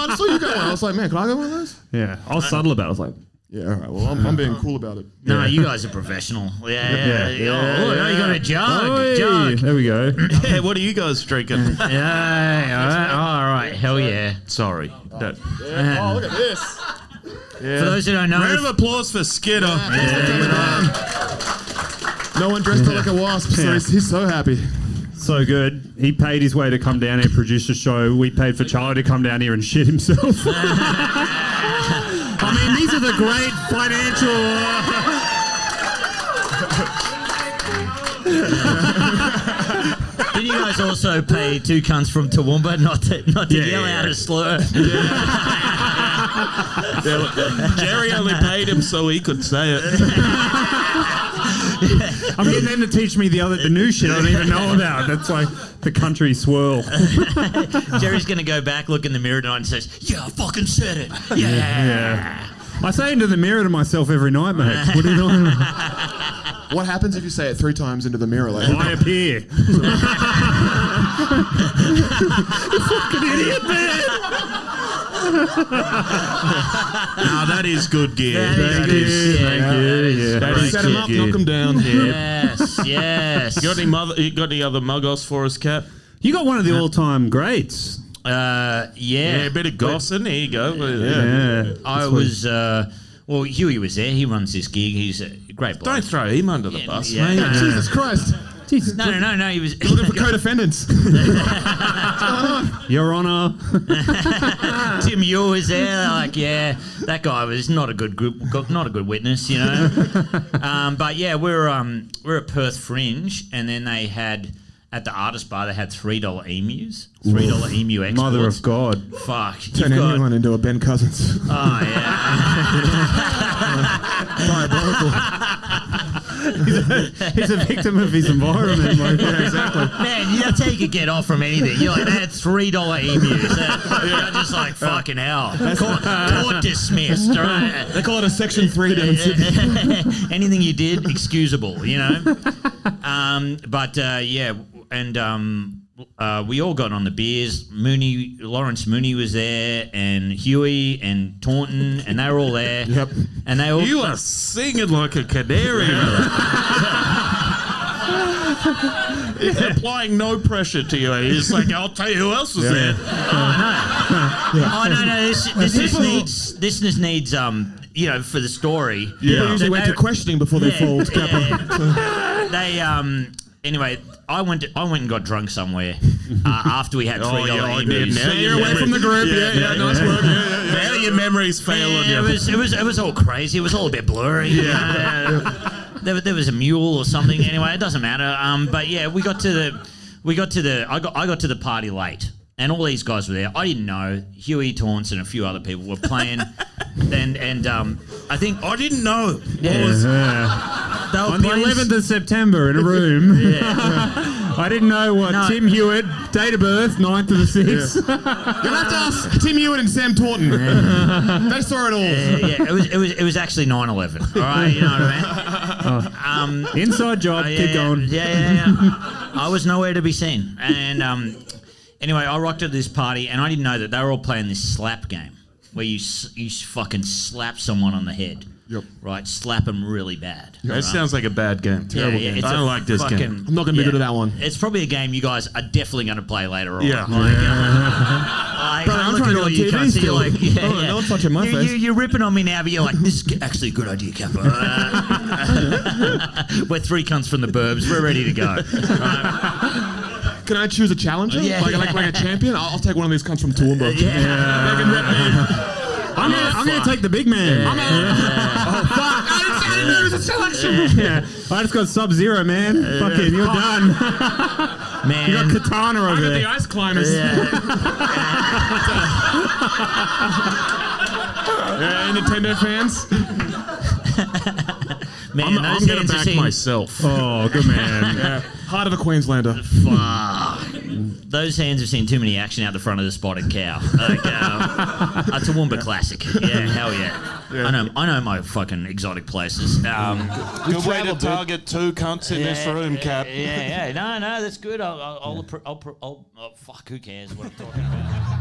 S9: I saw you got one. I was like, man, can I get one of those?
S7: Yeah, I was subtle about it. I was like,
S9: Yeah, all right. Well, I'm, I'm being cool about it.
S6: No, you guys are professional. Yeah, yeah.
S7: Yeah.
S6: yeah. Oh, you got a jug,
S7: Oi,
S6: jug.
S7: There we go.
S12: Hey, what are you guys drinking?
S6: Yeah, all right, all right, hell yeah.
S12: Sorry. That-
S9: Oh, look at this.
S6: For those who don't know,
S12: Round of applause for Skidder.
S9: No one dressed up like a wasp, so he's, he's so happy.
S7: So good. He paid his way to come down here, produce a show. We paid for Charlie to come down here and shit himself. I mean, these are the great financial. uh,
S6: did you guys also pay two cunts from Toowoomba not to not to
S7: Yeah,
S6: yell
S7: yeah,
S6: out
S7: yeah.
S6: a slur?
S12: Jerry only paid him so he could say it.
S7: I'm getting them to teach me the other, the new shit I don't even know about. That's like the country swirl.
S6: Jerry's gonna go back, look in the mirror tonight, and says, "Yeah, I fucking said it." Yeah.
S7: Yeah. I say into the mirror to myself every night, mate. What do you know?
S9: What happens if you say it three times into the mirror? Like,
S7: I appear.
S12: Now that is good gear.
S6: That is
S7: Thank
S6: good
S7: you.
S6: shit.
S7: Thank you. Yeah.
S12: That is
S9: set him
S12: good
S9: up,
S12: gear.
S9: knock him down.
S6: Yes, yes.
S12: You got any mother? You got any other muggos for us, Cap?
S7: You got one of the all-time greats.
S6: Uh,
S12: Yeah,
S6: yeah.
S12: a bit of goss, isn't it? Here you go. Yeah.
S7: Yeah.
S6: I was. Uh, well, Huey was there. He runs this gig. He's a great bloke.
S12: Don't throw him under the bus,
S6: yeah.
S12: mate.
S6: No, no,
S9: Jesus Christ. Jesus.
S6: No, no, no, no. He was.
S9: Looking for co-defendants.
S7: Your Honor.
S6: Tim Yule was there. Like, yeah, that guy was not a good group, not a good witness, you know. um, but yeah, we were um, we were at Perth Fringe, and then they had at the artist bar they had three dollar emus, three dollar emu exports.
S7: Mother of God.
S6: fuck! You've
S9: Turn
S6: got,
S9: anyone into a Ben Cousins.
S12: Uh,
S6: oh yeah,
S9: Diabolical.
S7: He's a victim of his environment. Like, yeah, exactly.
S6: man, that's how you could get off from anything. You're like, they had three dollar emus. You're just like,
S7: Uh,
S6: fucking hell, court, court dismissed. all Right?
S9: They call it a Section 3 down in Sydney.
S6: anything you did excusable you know um, but uh, yeah and um, uh, we all got on the beers mooney lawrence mooney was there and huey and taunton and they were all there
S9: Yep.
S6: and they all
S12: You are singing like a canary. You're applying no pressure to you. He's like, I'll tell you who else was there.
S6: oh no no this this, this needs this just needs um you know for the story
S9: People usually went to questioning before they
S6: Yeah,
S9: fold.
S6: yeah. they um anyway I went to, I went and got drunk somewhere uh, after we had three
S12: Oh,
S6: dollar E
S12: yeah, I did.
S6: emus.
S12: Now you're away from the group. Yeah, yeah, nice work. Now your memories fail on
S6: Yeah,
S12: you.
S6: it was it was it was all crazy. It was all a bit blurry. Yeah. there, was- there was a mule or something. Anyway, it doesn't matter. Um, but yeah, we got to the we got to the I got I got to the party late, and all these guys were there. I didn't know Huey Taunts and a few other people were playing, and and um, I think
S12: I didn't know.
S6: yeah,
S7: Yeah.
S6: they were
S7: On the
S6: playing-
S7: 11th of September in a room. I didn't know what
S9: No.
S7: Tim Hewitt, date of birth, 9th of the 6th.
S9: You'll have to ask Tim Ewan and Sam Taunton. they saw it all.
S6: Yeah, yeah, it was it was it was actually 9-11, All right, you know what I mean. Um,
S7: Inside job.
S6: yeah,
S7: keep
S6: yeah,
S7: going.
S6: Yeah, yeah, yeah. I was nowhere to be seen, and um, anyway, I rocked at this party, and I didn't know that they were all playing this slap game where you s- you s- fucking slap someone on the head. Yep. Right, slap them really bad.
S5: That
S6: right?
S5: sounds like a bad game. Terrible
S6: yeah,
S5: game.
S6: it's
S5: I don't
S6: a
S5: like this game.
S6: fucking-
S5: I'm not going to be
S6: yeah.
S5: good at that one.
S6: It's probably a game you guys are definitely going to play later on.
S5: Yeah.
S6: Like,
S5: Yeah.
S6: like,
S5: Bro, I'm
S6: I'm,
S5: trying to
S6: looking at all
S5: get
S6: you
S5: TV
S6: cunts. You're
S5: still.
S6: like, yeah,
S5: Oh,
S6: yeah.
S5: no one's touching my
S6: you,
S5: face.
S6: You, you're ripping on me now, but you're like, this is actually a good idea, Kappa. Uh, we're three cunts from the burbs. We're ready to go.
S9: Can I choose a challenger?
S6: Yeah.
S9: Like, like, like a champion? I'll, I'll take one of these cunts from Toowoomba.
S6: Yeah.
S9: They can rep me.
S7: I'm gonna, I'm gonna take the big man.
S9: I'm out. Oh, fuck. I didn't, I didn't know there was a selection.
S7: Yeah. I just got Sub Zero, man. Fucking, you're done.
S6: Man.
S7: you got Katana
S9: I
S7: over
S9: got the
S7: there.
S9: ice climbers. Yeah, Nintendo fans.
S6: Man,
S5: I'm,
S6: those
S5: I'm going
S6: hands
S5: to
S6: are
S5: back
S6: seeing-
S5: myself.
S7: Oh, good man.
S9: Heart of a Queenslander.
S6: Fuck. Those hands have seen too many action out the front of the spotted cow. Like, uh, a Toowoomba classic. Yeah, hell yeah. I know, I know my fucking exotic places. Um,
S15: Good way to target two cunts in this room, Cap.
S6: Yeah, yeah. No, no, that's good. I'll, I'll, I'll, appro- I'll, pro- I'll, oh, fuck, who cares what I'm talking about?